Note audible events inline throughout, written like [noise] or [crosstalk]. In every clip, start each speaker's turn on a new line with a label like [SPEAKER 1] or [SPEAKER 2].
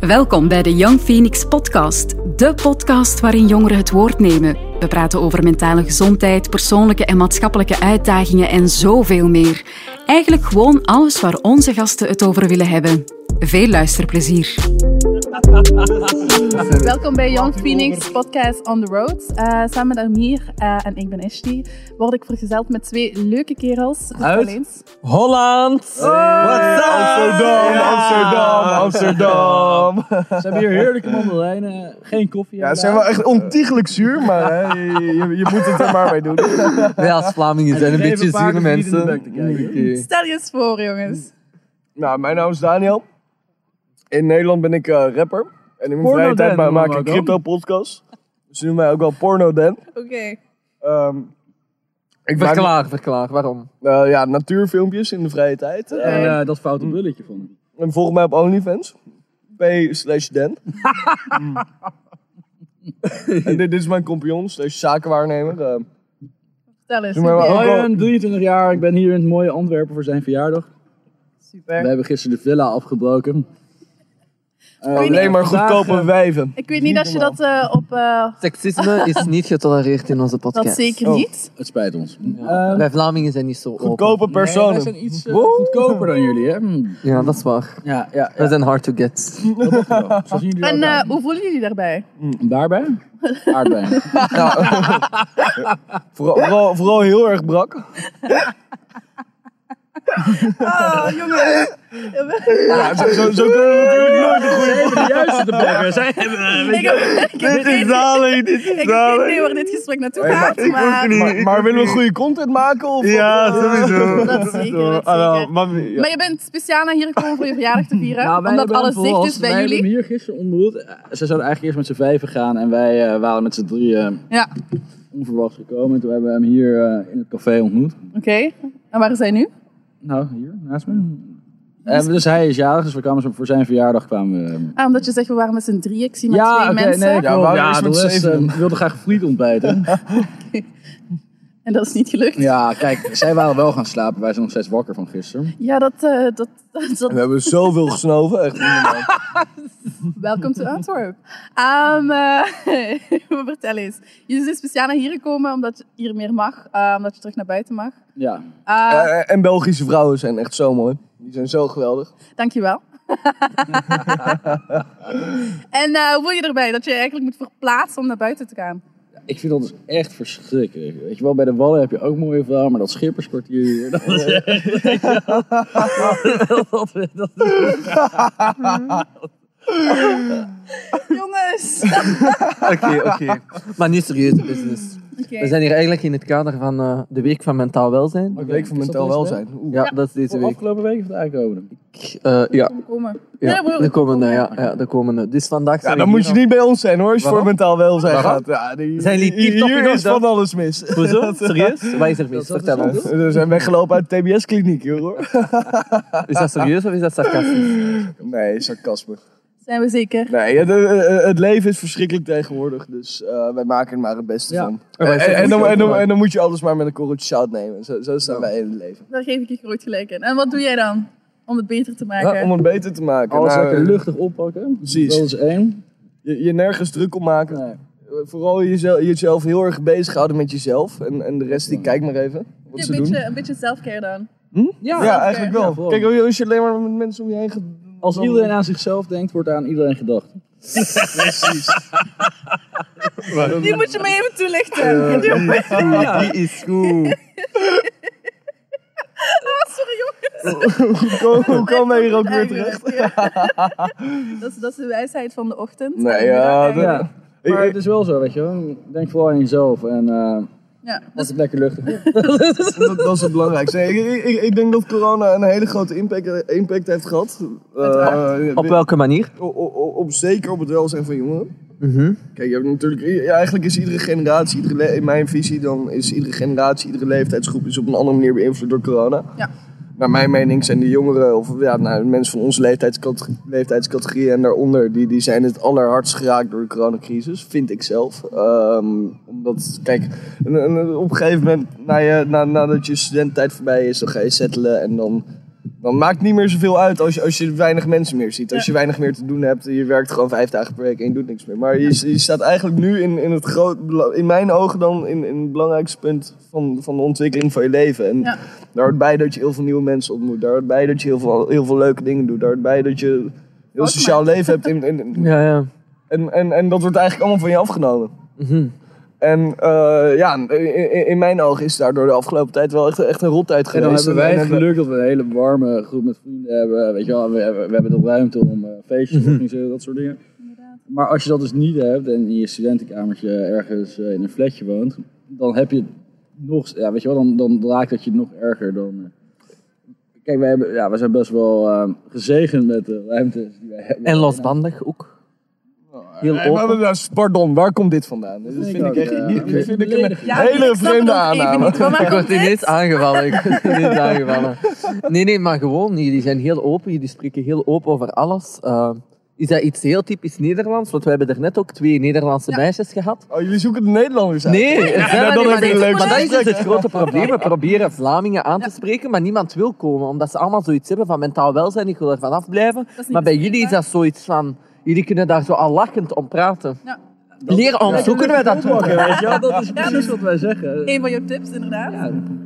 [SPEAKER 1] Welkom bij de Young Phoenix Podcast, de podcast waarin jongeren het woord nemen. We praten over mentale gezondheid, persoonlijke en maatschappelijke uitdagingen en zoveel meer. Eigenlijk gewoon alles waar onze gasten het over willen hebben. Veel luisterplezier.
[SPEAKER 2] Welkom bij Young Phoenix Podcast on the Road. Eh, samen met Amir eh, en ik ben Ashley word ik vergezeld met twee leuke kerels. Dus Roep
[SPEAKER 3] Uit.
[SPEAKER 2] wel eens.
[SPEAKER 3] Holland! What's up?
[SPEAKER 4] Amsterdam,
[SPEAKER 3] Ja.
[SPEAKER 4] Amsterdam, Amsterdam.
[SPEAKER 3] Ze hebben hier heerlijke mandarijnen, geen koffie.
[SPEAKER 4] Ja, ze zijn wel
[SPEAKER 3] inderdaad.
[SPEAKER 4] echt ontiegelijk zuur, maar hè, je, je, je moet het er maar mee doen.
[SPEAKER 5] Wij als Vlamingen zijn
[SPEAKER 3] En
[SPEAKER 5] een
[SPEAKER 3] wij
[SPEAKER 5] beetje
[SPEAKER 3] verpakken
[SPEAKER 5] zure
[SPEAKER 3] niet in de
[SPEAKER 5] mensen.
[SPEAKER 3] bek te kijken.
[SPEAKER 5] Oké.
[SPEAKER 2] Stel je eens voor, jongens.
[SPEAKER 4] Nou, mijn naam is Daniel. In Nederland ben ik eh, rapper. En in mijn
[SPEAKER 3] Porno
[SPEAKER 4] vrije tijd
[SPEAKER 3] Dan
[SPEAKER 4] ma- maak
[SPEAKER 3] noemen we
[SPEAKER 4] ik
[SPEAKER 3] hem ook.
[SPEAKER 4] crypto-podcast. Ze noemen mij ook wel Porno Dan.
[SPEAKER 2] Oké.
[SPEAKER 4] Ehm, ik maak
[SPEAKER 5] Verklaar, verklaar, waarom?
[SPEAKER 4] eh, ja, natuurfilmpjes in de vrije tijd. Eh,
[SPEAKER 3] En eh, dat foute bulletje van hem.
[SPEAKER 4] en volg mij op OnlyFans. P slash Dan. Mm. en dit, dit is mijn compagnon, slash zakenwaarnemer. eh.
[SPEAKER 2] Stel eens.
[SPEAKER 4] Doe maar wel.
[SPEAKER 2] Super.
[SPEAKER 4] ook wel-
[SPEAKER 3] Ryan, 23 jaar, ik ben hier in het mooie Antwerpen voor zijn verjaardag. We
[SPEAKER 2] Super.
[SPEAKER 3] hebben gisteren de villa afgebroken.
[SPEAKER 4] alleen maar goedkope
[SPEAKER 3] Vandaag,
[SPEAKER 4] wijven.
[SPEAKER 2] Ik weet niet als je dat eh, op... eh,
[SPEAKER 5] Seksisme is niet getolereerd in onze podcast.
[SPEAKER 2] dat zeker
[SPEAKER 4] Oh.
[SPEAKER 2] niet.
[SPEAKER 3] Het spijt ons.
[SPEAKER 5] Wij Vlamingen zijn niet zo open.
[SPEAKER 4] Goedkope personen.
[SPEAKER 3] wij zijn iets eh, goedkoper dan jullie, hè? Hm.
[SPEAKER 5] Ja, dat is waar.
[SPEAKER 3] Ja, ja.
[SPEAKER 5] Wij zijn hard to get. [laughs]
[SPEAKER 3] ja. Zo zien jullie
[SPEAKER 2] En eh,
[SPEAKER 3] elkaar.
[SPEAKER 2] hoe voelen jullie
[SPEAKER 4] [laughs]
[SPEAKER 2] daarbij?
[SPEAKER 3] Daarbij?
[SPEAKER 2] [laughs]
[SPEAKER 3] Aardbeien.
[SPEAKER 4] Vooral, vooral, vooral heel erg brak.
[SPEAKER 2] Oh,
[SPEAKER 4] Ah,
[SPEAKER 2] jongens.
[SPEAKER 4] Ja, zo, zo, zo kunnen we natuurlijk nooit een goede...
[SPEAKER 3] de juiste te pakken. Zij hebben...
[SPEAKER 2] ik heb, ik heb
[SPEAKER 4] Eh, Dit
[SPEAKER 2] geen-
[SPEAKER 4] is zalig, dit
[SPEAKER 2] [laughs]
[SPEAKER 4] is
[SPEAKER 2] Ik heb geen
[SPEAKER 4] zalig.
[SPEAKER 2] idee waar dit gesprek naartoe
[SPEAKER 4] Hey, maar
[SPEAKER 2] gaat,
[SPEAKER 4] ik
[SPEAKER 2] maar...
[SPEAKER 4] ook niet. Maar, maar willen we goede content maken? Of
[SPEAKER 6] Ja,
[SPEAKER 4] of, eh,
[SPEAKER 6] sowieso.
[SPEAKER 2] Dat zeker, dat
[SPEAKER 6] Ah, nou,
[SPEAKER 2] zeker.
[SPEAKER 6] maar wie- ja.
[SPEAKER 2] Maar je bent speciaal naar hier gekomen voor je verjaardag te vieren.
[SPEAKER 3] Nou, wij
[SPEAKER 2] omdat
[SPEAKER 3] hebben
[SPEAKER 2] alles
[SPEAKER 3] hem
[SPEAKER 2] dicht is
[SPEAKER 3] verrast.
[SPEAKER 2] bij
[SPEAKER 3] wij
[SPEAKER 2] jullie.
[SPEAKER 3] hebben hem hier gisteren ontmoet. Eh, Ze zouden eigenlijk eerst met z'n vijven gaan en wij eh, waren met z'n drieën
[SPEAKER 2] Ja.
[SPEAKER 3] onverwacht gekomen. En toen hebben we hem hier eh, in het café ontmoet.
[SPEAKER 2] Oké. En waar zijn nu?
[SPEAKER 3] Nou, hier, naast me. En dus hij is jarig, dus we kwamen zo- voor zijn verjaardag kwamen we... ehm,
[SPEAKER 2] Ah, omdat je zegt, we waren met z'n drie. Ik zie maar
[SPEAKER 3] ja,
[SPEAKER 2] twee
[SPEAKER 3] oké,
[SPEAKER 2] mensen.
[SPEAKER 3] nee,
[SPEAKER 4] we
[SPEAKER 3] ja,
[SPEAKER 4] waren
[SPEAKER 3] ja,
[SPEAKER 4] eerst
[SPEAKER 3] de
[SPEAKER 4] met
[SPEAKER 3] rest
[SPEAKER 4] zevenen.
[SPEAKER 3] eh, wilde graag friet ontbijten.
[SPEAKER 2] En dat is niet gelukt. Ja,
[SPEAKER 3] [laughs] ja, kijk, zij waren wel gaan slapen, wij zijn nog steeds wakker van gisteren.
[SPEAKER 2] dat, eh, dat, dat,
[SPEAKER 4] We hebben zoveel gesnoven, echt. niet normaal.
[SPEAKER 2] Welkom to Antwerp. Ehm, eh, [laughs] maar vertel eens. Jullie zijn speciaal naar hier gekomen omdat je hier meer mag. eh, omdat je terug naar buiten mag.
[SPEAKER 3] Ja,
[SPEAKER 2] Eh,
[SPEAKER 4] Eh, En Belgische vrouwen zijn echt zo mooi. Die zijn zo geweldig.
[SPEAKER 2] Dankjewel. en eh, hoe voel je erbij dat je je eigenlijk moet verplaatsen om naar buiten te gaan?
[SPEAKER 3] ik vind dat dus echt verschrikkelijk. Weet je wel, bij de Wallen heb je ook mooie vrouwen, maar dat schipperskwartier hier, dat is
[SPEAKER 2] Jongens!
[SPEAKER 5] Oké,
[SPEAKER 4] [laughs]
[SPEAKER 5] oké. Maar niet serieuze business.
[SPEAKER 2] Oké.
[SPEAKER 5] We zijn hier eigenlijk in het kader van eh, de Week van Mentaal Welzijn.
[SPEAKER 4] Ik Week van
[SPEAKER 3] Is dat
[SPEAKER 4] mentaal
[SPEAKER 3] wel eens,
[SPEAKER 4] welzijn. Oeh.
[SPEAKER 5] Ja, dat is deze
[SPEAKER 3] de
[SPEAKER 5] week.
[SPEAKER 3] afgelopen week of de aankomende?
[SPEAKER 5] Eh, ja,
[SPEAKER 2] Kom komen.
[SPEAKER 5] ja, de komende, ja, ja, de komende. Dus vandaag
[SPEAKER 4] Ja,
[SPEAKER 5] zijn
[SPEAKER 4] dan
[SPEAKER 5] we
[SPEAKER 4] moet je
[SPEAKER 5] hier
[SPEAKER 4] niet bij ons zijn hoor, als je voor
[SPEAKER 5] Waarom?
[SPEAKER 4] mentaal welzijn
[SPEAKER 5] Waarom?
[SPEAKER 4] gaat. Ja, die,
[SPEAKER 5] Zijn die
[SPEAKER 4] hier
[SPEAKER 5] tip-top in
[SPEAKER 4] hier is
[SPEAKER 5] orde?
[SPEAKER 4] van alles mis.
[SPEAKER 5] al- Hoezo? Serieus? Wat is er mis?
[SPEAKER 3] Dat- dat
[SPEAKER 5] Vertel
[SPEAKER 3] is
[SPEAKER 5] ons.
[SPEAKER 3] goed.
[SPEAKER 4] [laughs] We zijn weggelopen uit de TBS-kliniek, hoor.
[SPEAKER 5] Is dat serieus of is dat sarcastisch?
[SPEAKER 4] Nee, sarcasme.
[SPEAKER 2] Zijn we zeker?
[SPEAKER 4] Nee, het, eh, eh, het leven is verschrikkelijk tegenwoordig, dus eh, wij maken er maar het beste
[SPEAKER 3] Ja.
[SPEAKER 4] van.
[SPEAKER 5] wij
[SPEAKER 4] En,
[SPEAKER 5] zeggen
[SPEAKER 4] en,
[SPEAKER 5] het
[SPEAKER 4] dan,
[SPEAKER 5] ook
[SPEAKER 4] en, dan,
[SPEAKER 5] wel.
[SPEAKER 4] en dan moet je alles maar met een korreltje zout nemen. Zo, zo staan wij in het leven.
[SPEAKER 2] Daar geef ik je groot gelijk in. En wat doe jij dan om het beter te maken?
[SPEAKER 4] Ja, om het beter te maken.
[SPEAKER 3] Alles
[SPEAKER 4] Nou,
[SPEAKER 3] lekker luchtig oppakken.
[SPEAKER 4] Precies.
[SPEAKER 3] Dat is één.
[SPEAKER 4] Je, je nergens druk om maken.
[SPEAKER 3] Nee.
[SPEAKER 4] Eh, Vooral jezelf, jezelf heel erg bezighouden met jezelf. En, en de rest, die kijk maar even wat
[SPEAKER 2] Ja,
[SPEAKER 4] ze
[SPEAKER 2] een, beetje,
[SPEAKER 4] doen.
[SPEAKER 2] een beetje self-care dan.
[SPEAKER 4] Ja,
[SPEAKER 2] oké.
[SPEAKER 4] eigenlijk
[SPEAKER 3] Ja,
[SPEAKER 4] wel.
[SPEAKER 3] vooral.
[SPEAKER 4] Kijk, als je alleen maar met mensen om je heen gaat...
[SPEAKER 3] Als
[SPEAKER 4] dan-
[SPEAKER 3] iedereen aan zichzelf denkt, wordt aan iedereen gedacht.
[SPEAKER 2] Die moet je me even toelichten. Jongens,
[SPEAKER 5] Die is goed.
[SPEAKER 2] sorry jongens.
[SPEAKER 4] Hoe komen- Hoe komen wij hier ook weer
[SPEAKER 2] Eigenlijk,
[SPEAKER 4] terecht? [laughs]
[SPEAKER 2] ja. dat, is, dat is de wijsheid van de ochtend. eh,
[SPEAKER 4] Nee,
[SPEAKER 2] Van de middag
[SPEAKER 4] ja, dat-
[SPEAKER 2] eigenlijk.
[SPEAKER 3] Ja.
[SPEAKER 4] Ik-
[SPEAKER 3] Maar
[SPEAKER 4] ik-
[SPEAKER 3] het is wel zo, weet je wel. Denk vooral aan jezelf en eh
[SPEAKER 2] ja.
[SPEAKER 3] als het lekker luchtig is.
[SPEAKER 4] dat, dat is het belangrijkste. Nee, Ik, ik, ik denk dat corona een hele grote impact, impact heeft gehad. Eh,
[SPEAKER 5] Op welke manier?
[SPEAKER 4] o- o- o- op- zeker op het welzijn van jongeren. Kijk, je hebt natuurlijk, ja, eigenlijk is iedere generatie, iedere le- in mijn visie, dan is iedere generatie, iedere leeftijdsgroep is op een andere manier beïnvloed door corona.
[SPEAKER 2] Ja.
[SPEAKER 4] Naar mijn mening zijn de jongeren, of ja, nou, de mensen van onze leeftijdscategorie, leeftijdscategorie en daaronder, die, die zijn het allerhardst geraakt door de coronacrisis, vind ik zelf. Ehm, omdat, kijk, en- en op een gegeven moment, na je, na, nadat je studententijd voorbij is, dan ga je settelen en dan Dan maakt het niet meer zoveel uit als je, als je weinig mensen meer ziet. Als je weinig meer te doen hebt, je werkt gewoon vijf dagen per week en je doet niks meer. Maar je, je staat eigenlijk nu in, in, het groot, bela- in mijn ogen dan in, in het belangrijkste punt van, van de ontwikkeling van je leven. En
[SPEAKER 2] Ja.
[SPEAKER 4] daar hoort bij dat je heel veel nieuwe mensen ontmoet. Daar hoort bij dat je heel veel, heel veel leuke dingen doet. Daar hoort bij dat je een heel
[SPEAKER 2] Ook
[SPEAKER 4] sociaal leven hebt. In, in,
[SPEAKER 5] [laughs]
[SPEAKER 4] in-
[SPEAKER 5] Ja, ja.
[SPEAKER 4] en, en, en dat wordt eigenlijk allemaal van je afgenomen.
[SPEAKER 5] Mhm.
[SPEAKER 4] En eh, ja, in, in- in mijn ogen is daardoor de afgelopen tijd wel echt, echt een rottijd
[SPEAKER 3] En
[SPEAKER 4] geweest.
[SPEAKER 3] dan hebben wij
[SPEAKER 4] en-
[SPEAKER 3] het
[SPEAKER 4] en-
[SPEAKER 3] geluk dat we een hele warme groep met vrienden hebben. Weet je wel, we, hebben- we hebben de ruimte om eh, feestjes te organiseren, dat soort dingen. Maar als je dat dus niet hebt en in je studentenkamertje ergens eh, in een flatje woont, dan heb je nog, ja, weet je wel, dan, dan raakt dat je nog erger dan. eh. Kijk, wij, hebben, ja, wij zijn best wel eh, gezegend met de ruimtes die wij hebben.
[SPEAKER 5] En losbandig ook. Heel
[SPEAKER 4] Nee, Oh, maar-
[SPEAKER 5] open.
[SPEAKER 4] maar- maar- Pardon, waar komt dit vandaan? Dat
[SPEAKER 3] vind
[SPEAKER 4] vind,
[SPEAKER 3] ik
[SPEAKER 4] ik
[SPEAKER 3] ook,
[SPEAKER 4] echt
[SPEAKER 3] ja.
[SPEAKER 4] niet-
[SPEAKER 3] Ik
[SPEAKER 4] vind
[SPEAKER 3] vind
[SPEAKER 4] ik een
[SPEAKER 3] het
[SPEAKER 4] hele vreemde
[SPEAKER 2] Even
[SPEAKER 4] aanname.
[SPEAKER 2] niet. Maar waar
[SPEAKER 5] Ik word
[SPEAKER 2] komt
[SPEAKER 5] hier
[SPEAKER 2] dit?
[SPEAKER 5] niet aangevallen. Ik word hier niet aangevallen. Nee, nee, maar gewoon. Jullie zijn heel open. Jullie spreken heel open over alles. Eh, is dat iets heel typisch Nederlands? Want we hebben daarnet ook twee Nederlandse meisjes gehad.
[SPEAKER 4] Oh, jullie zoeken de Nederlanders uit.
[SPEAKER 5] Nee, het zijn
[SPEAKER 4] Ja,
[SPEAKER 5] er
[SPEAKER 4] dan
[SPEAKER 5] niet,
[SPEAKER 4] heb je
[SPEAKER 5] maar-
[SPEAKER 4] een leuk
[SPEAKER 5] maar dat is dus
[SPEAKER 4] gesprek.
[SPEAKER 5] het grote probleem. We proberen Vlamingen aan te spreken, maar niemand wil komen. Omdat ze allemaal zoiets hebben van mentaal welzijn. Ik wil er vanaf blijven.
[SPEAKER 2] is niet
[SPEAKER 5] Maar bij jullie is
[SPEAKER 2] bespreekbaar.
[SPEAKER 5] dat zoiets van... Jullie kunnen daar zo al lachend om praten.
[SPEAKER 2] Ja.
[SPEAKER 5] Leer ons, hoe kunnen we dat doen?
[SPEAKER 3] Oppakken, weet je wel, dat is precies wat wij zeggen.
[SPEAKER 2] Een van jouw tips, inderdaad.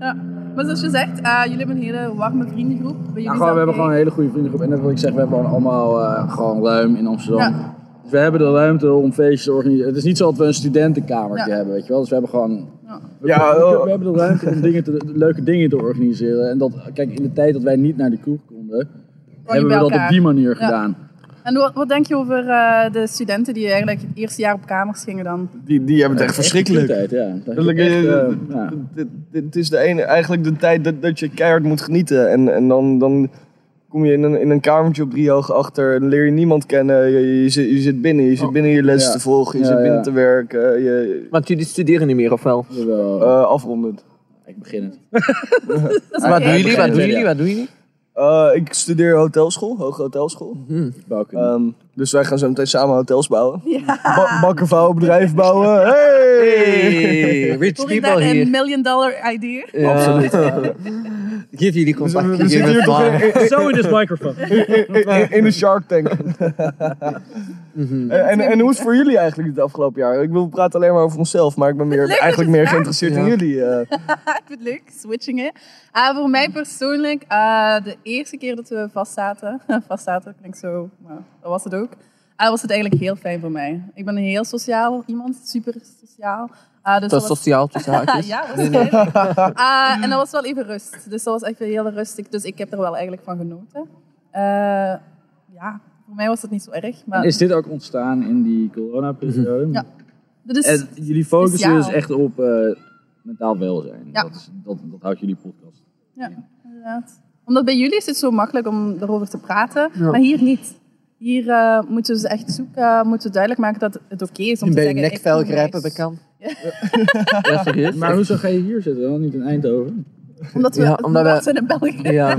[SPEAKER 2] Ja. Maar zoals je zegt, eh, jullie hebben een hele warme vriendengroep. Bij jullie
[SPEAKER 3] Ja,
[SPEAKER 2] is dat
[SPEAKER 3] Nou, gewoon, we hebben
[SPEAKER 2] oké.
[SPEAKER 3] gewoon een hele goede vriendengroep. En net wat ik zeg, we hebben gewoon allemaal eh, gewoon ruim in Amsterdam.
[SPEAKER 2] Ja.
[SPEAKER 3] Dus we hebben de ruimte om feestjes te organiseren. Het is niet zo dat we een studentenkamertje
[SPEAKER 2] Ja.
[SPEAKER 3] hebben, weet je wel. Dus we hebben gewoon...
[SPEAKER 2] Ja.
[SPEAKER 3] We,
[SPEAKER 4] Ja,
[SPEAKER 3] we- we-
[SPEAKER 4] oh.
[SPEAKER 3] we hebben de ruimte om dingen te, leuke dingen te organiseren. En dat, kijk, in de tijd dat wij niet naar de kroeg konden, hebben we
[SPEAKER 2] bij
[SPEAKER 3] dat op
[SPEAKER 2] elkaar.
[SPEAKER 3] die manier
[SPEAKER 2] Ja.
[SPEAKER 3] gedaan.
[SPEAKER 2] En wat, wat denk je over eh, de studenten die eigenlijk het eerste jaar op kamers gingen dan?
[SPEAKER 4] Die, die hebben het echt verschrikkelijk.
[SPEAKER 3] Echt een goede tijd, ja. Dat
[SPEAKER 4] Dat
[SPEAKER 3] heb je
[SPEAKER 4] ik,
[SPEAKER 3] echt,
[SPEAKER 4] eh,
[SPEAKER 3] eh, ja.
[SPEAKER 4] Dit, dit is de ene, eigenlijk de tijd dat, dat je keihard moet genieten. En, en dan, dan kom je in een, in een kamertje op drie ogen achter. Leer je niemand kennen. Je, je, zit, je zit binnen. Je zit binnen je les
[SPEAKER 3] Oh. Ja.
[SPEAKER 4] te volgen. Je
[SPEAKER 3] Ja,
[SPEAKER 4] zit
[SPEAKER 3] ja.
[SPEAKER 4] binnen te werken. Je,
[SPEAKER 5] Want jullie studeren niet meer, of wel?
[SPEAKER 3] Jawel.
[SPEAKER 4] eh, afrondend.
[SPEAKER 3] ik begin het.
[SPEAKER 2] Dat is
[SPEAKER 5] Wat
[SPEAKER 2] oké.
[SPEAKER 5] doen jullie? Eh, Wat doen
[SPEAKER 3] Ja.
[SPEAKER 5] jullie? Wat doen jullie?
[SPEAKER 4] Eh, ik studeer hotelschool. Hoge hotelschool.
[SPEAKER 5] Hm.
[SPEAKER 3] Bouwkunde.
[SPEAKER 4] Ehm, dus wij gaan zo meteen samen hotels bouwen.
[SPEAKER 2] Ja.
[SPEAKER 4] Ba- bakken bouwen, bedrijf bouwen. Hey!
[SPEAKER 5] Hey, rich
[SPEAKER 2] Hoor ik daar
[SPEAKER 5] people
[SPEAKER 2] een
[SPEAKER 5] hier.
[SPEAKER 2] million dollar idea?
[SPEAKER 5] Ja. [laughs] Geef jullie contact.
[SPEAKER 4] we zitten hier toch
[SPEAKER 6] Zo in this microphone.
[SPEAKER 4] In, in de Shark Tank.
[SPEAKER 5] Mhm.
[SPEAKER 4] en, en, en hoe is het voor jullie eigenlijk het afgelopen jaar? Ik wil praten alleen maar over onszelf, maar ik ben meer,
[SPEAKER 2] leuk dat
[SPEAKER 4] eigenlijk
[SPEAKER 2] je
[SPEAKER 4] meer
[SPEAKER 2] vraagt.
[SPEAKER 4] geïnteresseerd in
[SPEAKER 5] Ja.
[SPEAKER 4] jullie. eh.
[SPEAKER 2] [laughs] ik vind het leuk, switchingen. Ah, voor mij persoonlijk, ah, de eerste keer dat we [laughs] vastzaten, vastzaten klinkt zo, maar dat was het ook, Ah, was het eigenlijk heel fijn voor mij. Ik ben een heel sociaal iemand, super sociaal. Ah, dus
[SPEAKER 5] Dat is
[SPEAKER 2] was-
[SPEAKER 5] sociaal tussen haakjes.
[SPEAKER 2] ja, waarschijnlijk. Ah, en dat was wel even rust. Dus dat was echt heel rustig. Dus ik heb er wel eigenlijk van genoten. Eh, ja, voor mij was het niet zo erg. Maar
[SPEAKER 3] Is dit ook ontstaan in die coronaperiode?
[SPEAKER 2] Ja. dit is-
[SPEAKER 3] En jullie focussen
[SPEAKER 2] speciaal.
[SPEAKER 3] dus echt op eh, mentaal welzijn.
[SPEAKER 2] Ja.
[SPEAKER 3] Dat, is, dat, dat houdt jullie podcast.
[SPEAKER 2] Ja, inderdaad. Omdat bij jullie is het zo makkelijk om erover te praten, maar hier niet. Hier eh, moeten ze echt zoeken, moeten we duidelijk maken dat het oké is om te
[SPEAKER 5] Bij je
[SPEAKER 2] zeggen... ik
[SPEAKER 5] nekvel
[SPEAKER 2] voel me
[SPEAKER 5] grijpen
[SPEAKER 2] niks. [laughs]
[SPEAKER 5] bekend. Ja, serieus?
[SPEAKER 3] Maar hoezo ga je hier zitten dan, niet in Eindhoven?
[SPEAKER 2] Omdat we
[SPEAKER 5] Ja,
[SPEAKER 2] omdat
[SPEAKER 5] omdat wij-
[SPEAKER 2] zijn in België. [laughs]
[SPEAKER 5] Ja.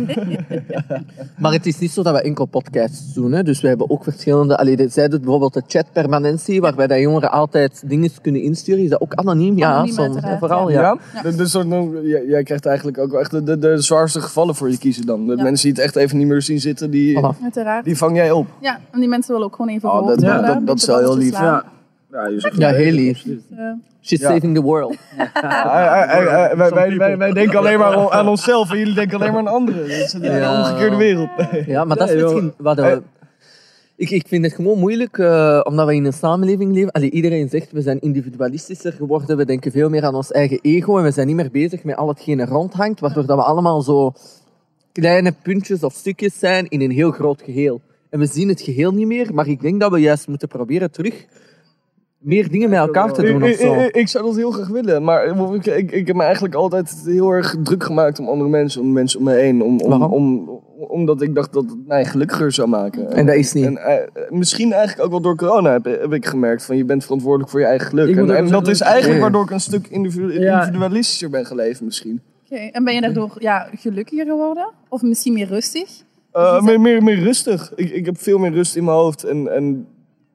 [SPEAKER 5] Maar het is niet zo dat we enkel podcasts doen. Hè. Dus we hebben ook verschillende... Allee, de- zij doet bijvoorbeeld de chatpermanentie, waarbij dat jongeren altijd dingen kunnen insturen. Is dat ook anoniem? Ja,
[SPEAKER 2] Anoniem
[SPEAKER 5] soms.
[SPEAKER 2] uiteraard,
[SPEAKER 5] hè, Vooral,
[SPEAKER 4] ja.
[SPEAKER 5] ja.
[SPEAKER 4] Dus, dus dan- jij- jij krijgt eigenlijk ook wel echt de, de, de zwaarste gevallen voor je kiezen dan. De
[SPEAKER 2] Ja.
[SPEAKER 4] mensen die het echt even niet meer zien zitten, die,
[SPEAKER 5] Voilà.
[SPEAKER 2] Uiteraard.
[SPEAKER 4] die vang jij op.
[SPEAKER 2] Ja, en die mensen willen ook gewoon even
[SPEAKER 4] Oh,
[SPEAKER 2] gehoord
[SPEAKER 4] dat-
[SPEAKER 2] worden,
[SPEAKER 4] dat-
[SPEAKER 2] niet
[SPEAKER 4] dat
[SPEAKER 2] te
[SPEAKER 4] is wel heel
[SPEAKER 2] balletjes
[SPEAKER 4] lief.
[SPEAKER 2] slaan.
[SPEAKER 3] Ja, je zegt
[SPEAKER 5] Ja, heel lief.
[SPEAKER 2] Eh,
[SPEAKER 5] She's
[SPEAKER 4] Ja.
[SPEAKER 5] saving the world.
[SPEAKER 4] Ah, ah, ah, ah, wij-
[SPEAKER 6] Some
[SPEAKER 4] wij, wij,
[SPEAKER 6] people.
[SPEAKER 4] wij denken alleen maar aan onszelf en jullie denken alleen maar aan anderen. Dat is een
[SPEAKER 5] Ja.
[SPEAKER 4] omgekeerde wereld.
[SPEAKER 5] Ja, maar dat is
[SPEAKER 4] Nee, joh.
[SPEAKER 5] misschien... Wat
[SPEAKER 4] Eh.
[SPEAKER 5] we, ik, ik vind het gewoon moeilijk, eh, omdat we in een samenleving leven. Allee, iedereen zegt, we zijn individualistischer geworden. We denken veel meer aan ons eigen ego. En we zijn niet meer bezig met al hetgene rondhangt. Waardoor dat we allemaal zo kleine puntjes of stukjes zijn in een heel groot geheel. En we zien het geheel niet meer. Maar ik denk dat we juist moeten proberen terug meer dingen met elkaar te doen
[SPEAKER 4] [laughs] Ik-
[SPEAKER 5] of zo.
[SPEAKER 4] Ik, ik- ik zou dat heel graag willen, maar ik, ik, ik heb me eigenlijk altijd heel erg druk gemaakt om andere mensen, om mensen om me heen. Om, om,
[SPEAKER 5] Waarom?
[SPEAKER 4] om, omdat ik dacht dat het mij gelukkiger zou maken.
[SPEAKER 5] En dat is niet.
[SPEAKER 4] En, eh, misschien eigenlijk ook wel door corona heb, heb ik gemerkt van je bent verantwoordelijk voor je eigen geluk.
[SPEAKER 3] Ik moet
[SPEAKER 4] En,
[SPEAKER 3] ook
[SPEAKER 4] en
[SPEAKER 3] wel
[SPEAKER 4] dat
[SPEAKER 3] zeggen
[SPEAKER 4] is
[SPEAKER 3] dat-
[SPEAKER 4] eigenlijk
[SPEAKER 5] Ja.
[SPEAKER 4] waardoor ik een stuk individu-
[SPEAKER 3] Ja.
[SPEAKER 4] individualistischer ben geleefd misschien.
[SPEAKER 2] Oké, en ben je daardoor ja, gelukkiger geworden? Of misschien meer rustig?
[SPEAKER 4] Eh,
[SPEAKER 2] Dus is
[SPEAKER 4] meer, meer, meer rustig. Ik, ik heb veel meer rust in mijn hoofd. En, en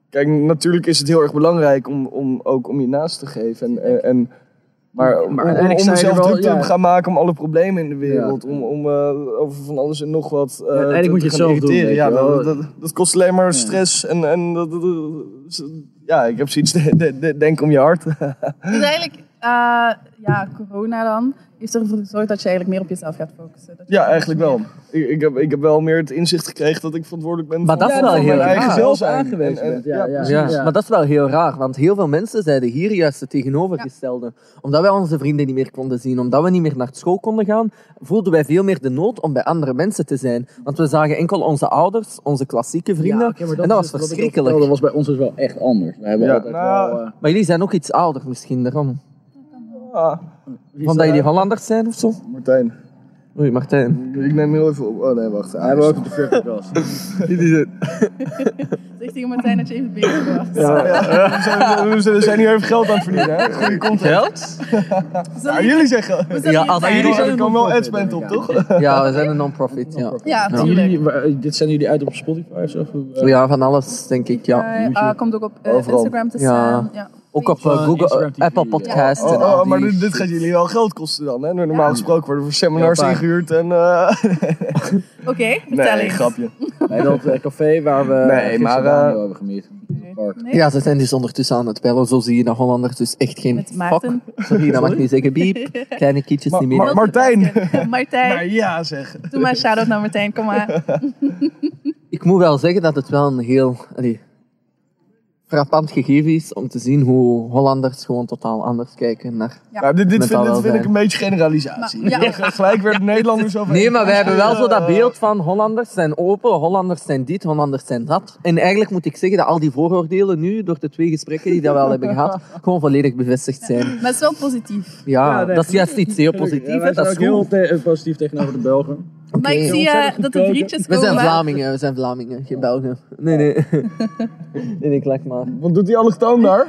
[SPEAKER 4] kijk, natuurlijk is het heel erg belangrijk om, om ook om je naast te geven. En, en, en- Maar,
[SPEAKER 3] Maar
[SPEAKER 4] om, om
[SPEAKER 3] uiteindelijk sta je er
[SPEAKER 4] mezelf
[SPEAKER 3] wel-
[SPEAKER 4] druk te
[SPEAKER 3] ja.
[SPEAKER 4] gaan maken om alle problemen in de wereld. Om, om eh, over van alles en nog wat eh
[SPEAKER 3] uiteindelijk
[SPEAKER 4] te-
[SPEAKER 3] moet je
[SPEAKER 4] te
[SPEAKER 3] het
[SPEAKER 4] gaan
[SPEAKER 3] zelf doen,
[SPEAKER 4] irriteren.
[SPEAKER 3] weet
[SPEAKER 4] Ja,
[SPEAKER 3] je wel.
[SPEAKER 4] dat, dat, dat kost alleen maar stress. En, en dat, dat- dat- ja, ik heb zoiets, [laughs] de- de- de- denk om je hart. [laughs]
[SPEAKER 2] Dus eigenlijk, eh, ja, corona dan, heeft ervoor gezorgd dat je eigenlijk meer op jezelf gaat focussen. Dat je-
[SPEAKER 4] Ja, eigenlijk wel. Ik, ik, heb, ik heb wel meer het inzicht gekregen dat ik verantwoordelijk ben
[SPEAKER 5] Maar dat is wel
[SPEAKER 4] mijn
[SPEAKER 5] heel
[SPEAKER 4] eigen
[SPEAKER 5] raar.
[SPEAKER 4] welzijn.
[SPEAKER 3] Aangewezen
[SPEAKER 4] En- en-
[SPEAKER 3] bent, ja, ja.
[SPEAKER 4] precies.
[SPEAKER 5] Ja.
[SPEAKER 3] Ja.
[SPEAKER 5] Maar dat is wel heel raar, want heel veel mensen zeiden hier juist het tegenovergestelde. Omdat wij onze vrienden niet meer konden zien, omdat we niet meer naar school konden gaan, voelden wij veel meer de nood om bij andere mensen te zijn. Want we zagen enkel onze ouders, onze klassieke vrienden.
[SPEAKER 3] oké, maar
[SPEAKER 5] en dat was
[SPEAKER 3] is dus wat ik al
[SPEAKER 5] verschrikkelijk.
[SPEAKER 3] vertelde, Dat was bij ons dus wel echt anders. We hebben
[SPEAKER 4] Ja.
[SPEAKER 3] altijd
[SPEAKER 4] Nou,
[SPEAKER 3] wel... eh,
[SPEAKER 5] Maar jullie zijn ook iets ouder misschien, daarom.
[SPEAKER 4] Ah,
[SPEAKER 3] wie is
[SPEAKER 5] Omdat
[SPEAKER 3] dat?
[SPEAKER 5] jullie Hollanders zijn of zo.
[SPEAKER 4] Martijn,
[SPEAKER 5] Oei,
[SPEAKER 4] [laughs]
[SPEAKER 5] Martijn.
[SPEAKER 4] ik neem heel even op. Oh nee, wacht.
[SPEAKER 3] We hebben ook op de Furkacast.
[SPEAKER 2] Zeg tegen Martijn dat je even bezig was.
[SPEAKER 4] We zijn- we zijn hier even geld aan het verdienen. hè? Goeie content.
[SPEAKER 5] Geld?
[SPEAKER 4] Ja, jullie zeggen.
[SPEAKER 5] Ja, als
[SPEAKER 4] Maar jullie
[SPEAKER 5] jullie
[SPEAKER 4] zeggen, er kan wel adspend op,
[SPEAKER 3] Ja.
[SPEAKER 4] toch?
[SPEAKER 5] Ja, we zijn een non-profit, ja.
[SPEAKER 2] Ja,
[SPEAKER 3] Zijn
[SPEAKER 2] natuurlijk.
[SPEAKER 3] jullie, waar- eh, dit zijn jullie uit op Spotify of zo? Of, eh,
[SPEAKER 5] Ja, van alles, denk ik, ja.
[SPEAKER 2] Hij, eh, komt ook op eh,
[SPEAKER 4] Overal.
[SPEAKER 2] Instagram te
[SPEAKER 5] Ja.
[SPEAKER 2] staan. Ja.
[SPEAKER 5] Ook op eh,
[SPEAKER 3] Van
[SPEAKER 5] Google,
[SPEAKER 3] Instagram
[SPEAKER 5] eh,
[SPEAKER 3] TV,
[SPEAKER 5] Apple
[SPEAKER 3] ja.
[SPEAKER 5] Podcast
[SPEAKER 4] Oh,
[SPEAKER 5] en al
[SPEAKER 4] [laughs] oh,
[SPEAKER 5] die
[SPEAKER 4] maar dit, dit gaat jullie wel geld kosten dan, hè? Normaal gesproken worden voor seminars
[SPEAKER 3] Ja, vaak.
[SPEAKER 4] ingehuurd en... eh, [laughs]
[SPEAKER 2] Oké, vertel
[SPEAKER 4] nee,
[SPEAKER 2] eens.
[SPEAKER 4] grapje.
[SPEAKER 3] Bij dat eh, café waar we
[SPEAKER 4] Nee,
[SPEAKER 3] gisteren
[SPEAKER 4] maar, eh,
[SPEAKER 3] Daniel hebben gemiet. In
[SPEAKER 2] Nee.
[SPEAKER 3] het park.
[SPEAKER 2] Nee?
[SPEAKER 5] Ja, ze zijn dus ondertussen aan het bellen. Zo zie je dat Hollanders dus echt geen
[SPEAKER 2] Met
[SPEAKER 5] fuck.
[SPEAKER 2] Maarten.
[SPEAKER 5] Sorry, dat mag niet zeggen.
[SPEAKER 3] [laughs]
[SPEAKER 5] Biep. Kleine kietjes
[SPEAKER 4] Ma-
[SPEAKER 5] niet meer.
[SPEAKER 4] ma- Martijn!
[SPEAKER 2] [laughs] Martijn,
[SPEAKER 4] Maar ja, zeg.
[SPEAKER 2] doe maar een shout-out naar Martijn, kom
[SPEAKER 4] [laughs]
[SPEAKER 2] maar.
[SPEAKER 5] Ik moet wel zeggen dat het wel een heel allee, frappant gegeven is om te zien hoe Hollanders gewoon totaal anders kijken naar...
[SPEAKER 2] Ja.
[SPEAKER 4] Nou, dit dit,
[SPEAKER 5] Mentaal
[SPEAKER 4] vind, dit vind
[SPEAKER 5] welzijn.
[SPEAKER 4] ik een beetje generalisatie.
[SPEAKER 2] Maar- ja.
[SPEAKER 4] [laughs] Gelijk werden Nederlanders over...
[SPEAKER 5] Nee, maar wij hebben wel zo dat beeld van Hollanders zijn open, Hollanders zijn dit, Hollanders zijn dat. En eigenlijk moet ik zeggen dat al die vooroordelen nu, door de twee gesprekken die dat we al hebben gehad, gewoon volledig bevestigd zijn.
[SPEAKER 2] Maar het is wel positief.
[SPEAKER 5] Ja,
[SPEAKER 3] nee,
[SPEAKER 5] dat is juist iets heel positiefs.
[SPEAKER 3] wij
[SPEAKER 5] hè.
[SPEAKER 3] zijn
[SPEAKER 5] dat is
[SPEAKER 3] ook heel
[SPEAKER 5] goed.
[SPEAKER 3] te- eh, positief tegenover de Belgen.
[SPEAKER 2] Maar ik
[SPEAKER 5] Oké.
[SPEAKER 2] zie eh,
[SPEAKER 3] Ontzettend
[SPEAKER 2] dat
[SPEAKER 3] goed
[SPEAKER 2] de vriendjes
[SPEAKER 5] We
[SPEAKER 2] komen.
[SPEAKER 5] zijn Vlamingen, we zijn Vlamingen, geen Belgen. Nee, nee. [laughs] Nee, nee, klak maar.
[SPEAKER 4] Wat doet die allochtoon daar?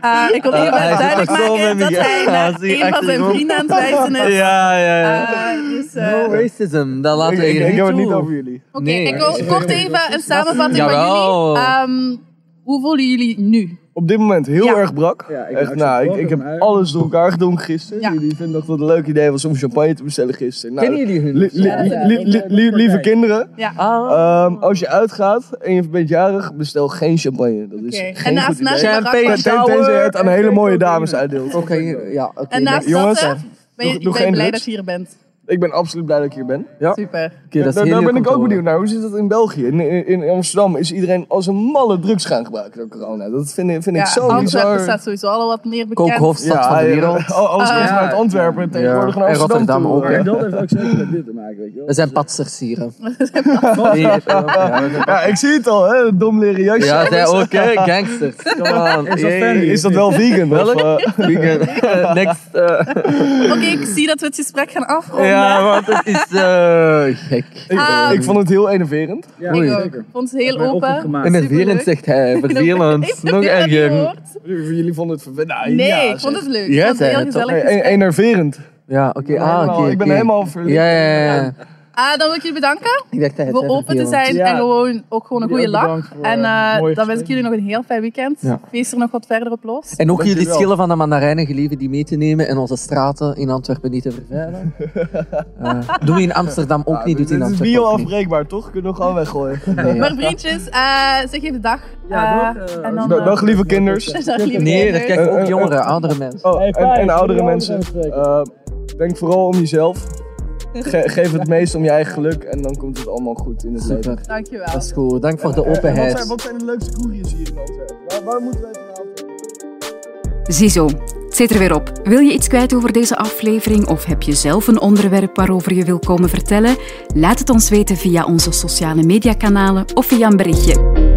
[SPEAKER 2] Eh, ik wil even
[SPEAKER 5] Ah, hij zit
[SPEAKER 2] duidelijk
[SPEAKER 5] ook zo
[SPEAKER 2] maken
[SPEAKER 5] met
[SPEAKER 2] dat
[SPEAKER 5] me.
[SPEAKER 2] hij
[SPEAKER 5] Ja,
[SPEAKER 2] naar
[SPEAKER 5] zie je
[SPEAKER 2] een van zijn
[SPEAKER 5] achterom.
[SPEAKER 2] vrienden aan het wijzen is.
[SPEAKER 5] Ja, ja,
[SPEAKER 2] Eh, dus, eh,
[SPEAKER 5] No racism, dat laten
[SPEAKER 4] Ik,
[SPEAKER 5] we
[SPEAKER 4] Ah, ik,
[SPEAKER 5] hier
[SPEAKER 4] ik
[SPEAKER 5] niet
[SPEAKER 4] heb het niet
[SPEAKER 5] toe.
[SPEAKER 4] over jullie.
[SPEAKER 2] Oké,
[SPEAKER 5] Nee.
[SPEAKER 2] ik wil kort even een samenvatting van
[SPEAKER 5] Jawel.
[SPEAKER 2] jullie. Ehm, hoe voelen jullie nu?
[SPEAKER 4] Op dit moment heel
[SPEAKER 2] Ja.
[SPEAKER 4] erg brak.
[SPEAKER 3] Ja, ik ben
[SPEAKER 4] Echt,
[SPEAKER 3] ook
[SPEAKER 4] nou,
[SPEAKER 3] zo
[SPEAKER 4] ik, ik
[SPEAKER 3] brak,
[SPEAKER 4] heb
[SPEAKER 3] maar-
[SPEAKER 4] alles door elkaar gedronken gisteren.
[SPEAKER 2] Ja.
[SPEAKER 4] Jullie vinden dat het een leuk idee was om champagne te bestellen gisteren. Nou,
[SPEAKER 5] Kennen jullie hun?
[SPEAKER 4] li- li-
[SPEAKER 2] Ja, eh, dat
[SPEAKER 4] li- li- li- li- lieve kinderen,
[SPEAKER 2] Ja.
[SPEAKER 5] Ah,
[SPEAKER 4] ehm, als je uitgaat en je bent jarig, bestel geen champagne. Dat is
[SPEAKER 2] Oké.
[SPEAKER 4] Dus geen
[SPEAKER 2] En naast,
[SPEAKER 4] goed
[SPEAKER 2] naast
[SPEAKER 4] idee.
[SPEAKER 2] je
[SPEAKER 5] Champagne.
[SPEAKER 2] barak-
[SPEAKER 4] Ten- Tenzij je het aan
[SPEAKER 3] En
[SPEAKER 4] hele
[SPEAKER 3] geen
[SPEAKER 4] mooie
[SPEAKER 3] cocaïne.
[SPEAKER 4] dames uitdeelt.
[SPEAKER 5] oké, ja, oké.
[SPEAKER 2] En
[SPEAKER 5] nee.
[SPEAKER 2] naast
[SPEAKER 4] Jongens,
[SPEAKER 2] dat, hè, ben je,
[SPEAKER 4] doe- doe
[SPEAKER 2] ben je
[SPEAKER 4] geen
[SPEAKER 2] blij
[SPEAKER 4] drugs.
[SPEAKER 2] dat je hier bent.
[SPEAKER 4] Ik ben absoluut blij dat ik hier ben.
[SPEAKER 2] Super.
[SPEAKER 5] Oké, dat is
[SPEAKER 4] daar
[SPEAKER 5] heel
[SPEAKER 4] daar ben ik ook
[SPEAKER 5] controle.
[SPEAKER 4] benieuwd naar. Hoe zit dat in België? In, in, in Amsterdam is iedereen als een malle drugs gaan gebruiken door corona. Dat vind, ik- vind
[SPEAKER 2] Ja,
[SPEAKER 4] ik zo
[SPEAKER 2] Antwerpen
[SPEAKER 4] bizar.
[SPEAKER 2] staat sowieso al wat meer bekend.
[SPEAKER 5] Kookhoofdstad van de
[SPEAKER 4] [laughs]
[SPEAKER 5] wereld.
[SPEAKER 4] ja, alles komt
[SPEAKER 2] Ah.
[SPEAKER 4] vanuit Antwerpen en tegenwoordig naar
[SPEAKER 5] En Rotterdam
[SPEAKER 4] Amsterdam toe.
[SPEAKER 5] ook, hè.
[SPEAKER 3] Maar dat heeft ook zeker met dit te maken, weet je wel.
[SPEAKER 5] We zijn patsers hier. hè. Nee,
[SPEAKER 4] [laughs] Ja, ik zie het al, hè? Dom leren jasje.
[SPEAKER 5] Ja, zij
[SPEAKER 4] [laughs]
[SPEAKER 5] ook, hè. Gangsters. Come on.
[SPEAKER 3] dat
[SPEAKER 5] Yay.
[SPEAKER 3] Fanny?
[SPEAKER 4] Is dat [laughs] wel vegan? of,
[SPEAKER 5] Welk?
[SPEAKER 4] eh,
[SPEAKER 5] Vegan. [laughs] Next. eh,
[SPEAKER 2] Oké, ik zie dat we het gesprek gaan afronden.
[SPEAKER 5] ja, want het is
[SPEAKER 4] Oh,
[SPEAKER 5] eh, gek.
[SPEAKER 2] Ah.
[SPEAKER 4] ik vond het heel enerverend.
[SPEAKER 3] Ja,
[SPEAKER 5] Oei.
[SPEAKER 2] ik ook.
[SPEAKER 3] zeker.
[SPEAKER 2] vond het heel
[SPEAKER 3] Mijn ochtend
[SPEAKER 2] open.
[SPEAKER 3] gemaakt.
[SPEAKER 5] En het
[SPEAKER 2] Superleuk.
[SPEAKER 5] vervelend zegt hij.
[SPEAKER 2] [laughs] Heb
[SPEAKER 5] Vervelend. Nog
[SPEAKER 2] je dat niet
[SPEAKER 5] erger.
[SPEAKER 3] Ah,
[SPEAKER 2] gehoord?
[SPEAKER 4] Jullie vonden het vervelend. Nou,
[SPEAKER 2] Nee,
[SPEAKER 4] ja,
[SPEAKER 2] ik vond het
[SPEAKER 4] zeg.
[SPEAKER 2] leuk.
[SPEAKER 5] Ja,
[SPEAKER 2] ik vond het
[SPEAKER 5] zei
[SPEAKER 2] heel
[SPEAKER 5] het toch?
[SPEAKER 2] gezellig.
[SPEAKER 4] Eh,
[SPEAKER 2] gesprek.
[SPEAKER 4] enerverend.
[SPEAKER 5] Ja, oké. Ah, oké.
[SPEAKER 4] ik ben
[SPEAKER 5] oké.
[SPEAKER 4] helemaal verliefd.
[SPEAKER 5] Ja, ja, ja, ja.
[SPEAKER 2] Ah, dan wil ik jullie bedanken
[SPEAKER 5] Ik dacht dat hij
[SPEAKER 2] voor
[SPEAKER 5] zei
[SPEAKER 2] open te
[SPEAKER 5] vervelend.
[SPEAKER 2] zijn
[SPEAKER 3] Ja.
[SPEAKER 2] en gewoon, ook gewoon een
[SPEAKER 3] Jullie
[SPEAKER 2] goede
[SPEAKER 3] ook
[SPEAKER 2] lach.
[SPEAKER 3] bedankt voor,
[SPEAKER 2] En
[SPEAKER 3] eh,
[SPEAKER 2] eh,
[SPEAKER 3] mooi
[SPEAKER 2] dan wens ik
[SPEAKER 3] gesprek.
[SPEAKER 2] jullie nog een heel fijn weekend.
[SPEAKER 5] Ja.
[SPEAKER 2] Feest er nog wat verder op los.
[SPEAKER 5] En ook jullie
[SPEAKER 4] Dankjewel.
[SPEAKER 5] schillen van de mandarijnen geleven die mee te nemen en onze straten in Antwerpen niet te
[SPEAKER 4] [laughs]
[SPEAKER 5] vervuilen. Eh doe je in Amsterdam ook niet, doet
[SPEAKER 4] Ah, Dit
[SPEAKER 5] in
[SPEAKER 4] is
[SPEAKER 5] Antwerpen ook niet.
[SPEAKER 4] bioafbreekbaar, toch? Kunnen we gewoon weggooien. [laughs]
[SPEAKER 5] Nee,
[SPEAKER 2] Maar vriendjes, eh, zeg even dag.
[SPEAKER 3] Ja,
[SPEAKER 2] Eh, [laughs]
[SPEAKER 3] dag, eh,
[SPEAKER 2] en dan,
[SPEAKER 4] Dag, dag, lieve kinders.
[SPEAKER 2] eh, dag, lieve
[SPEAKER 5] nee dat
[SPEAKER 2] kinderen.
[SPEAKER 5] kijken
[SPEAKER 4] Eh,
[SPEAKER 5] ook
[SPEAKER 4] eh,
[SPEAKER 5] jongeren, oudere mensen.
[SPEAKER 4] Oh,
[SPEAKER 3] Hey,
[SPEAKER 4] en,
[SPEAKER 3] Fijn,
[SPEAKER 4] en oudere
[SPEAKER 3] jullie
[SPEAKER 4] mensen,
[SPEAKER 3] anderen
[SPEAKER 4] eh, denk vooral om jezelf. Ge- geef het meest om je eigen geluk en dan komt het allemaal goed in het leven.
[SPEAKER 5] Super,
[SPEAKER 2] Dankjewel.
[SPEAKER 5] dat is goed. Dank voor de
[SPEAKER 4] Oh, Eh, Wat
[SPEAKER 5] openheid.
[SPEAKER 4] zijn, wat zijn de leukste koeriers hier in Antwerpen? Waar, waar moeten wij vanavond?
[SPEAKER 1] Ziezo, het zit er weer op. Wil je iets kwijt over deze aflevering of heb je zelf een onderwerp waarover je wil komen vertellen? Laat het ons weten via onze sociale mediakanalen of via een berichtje.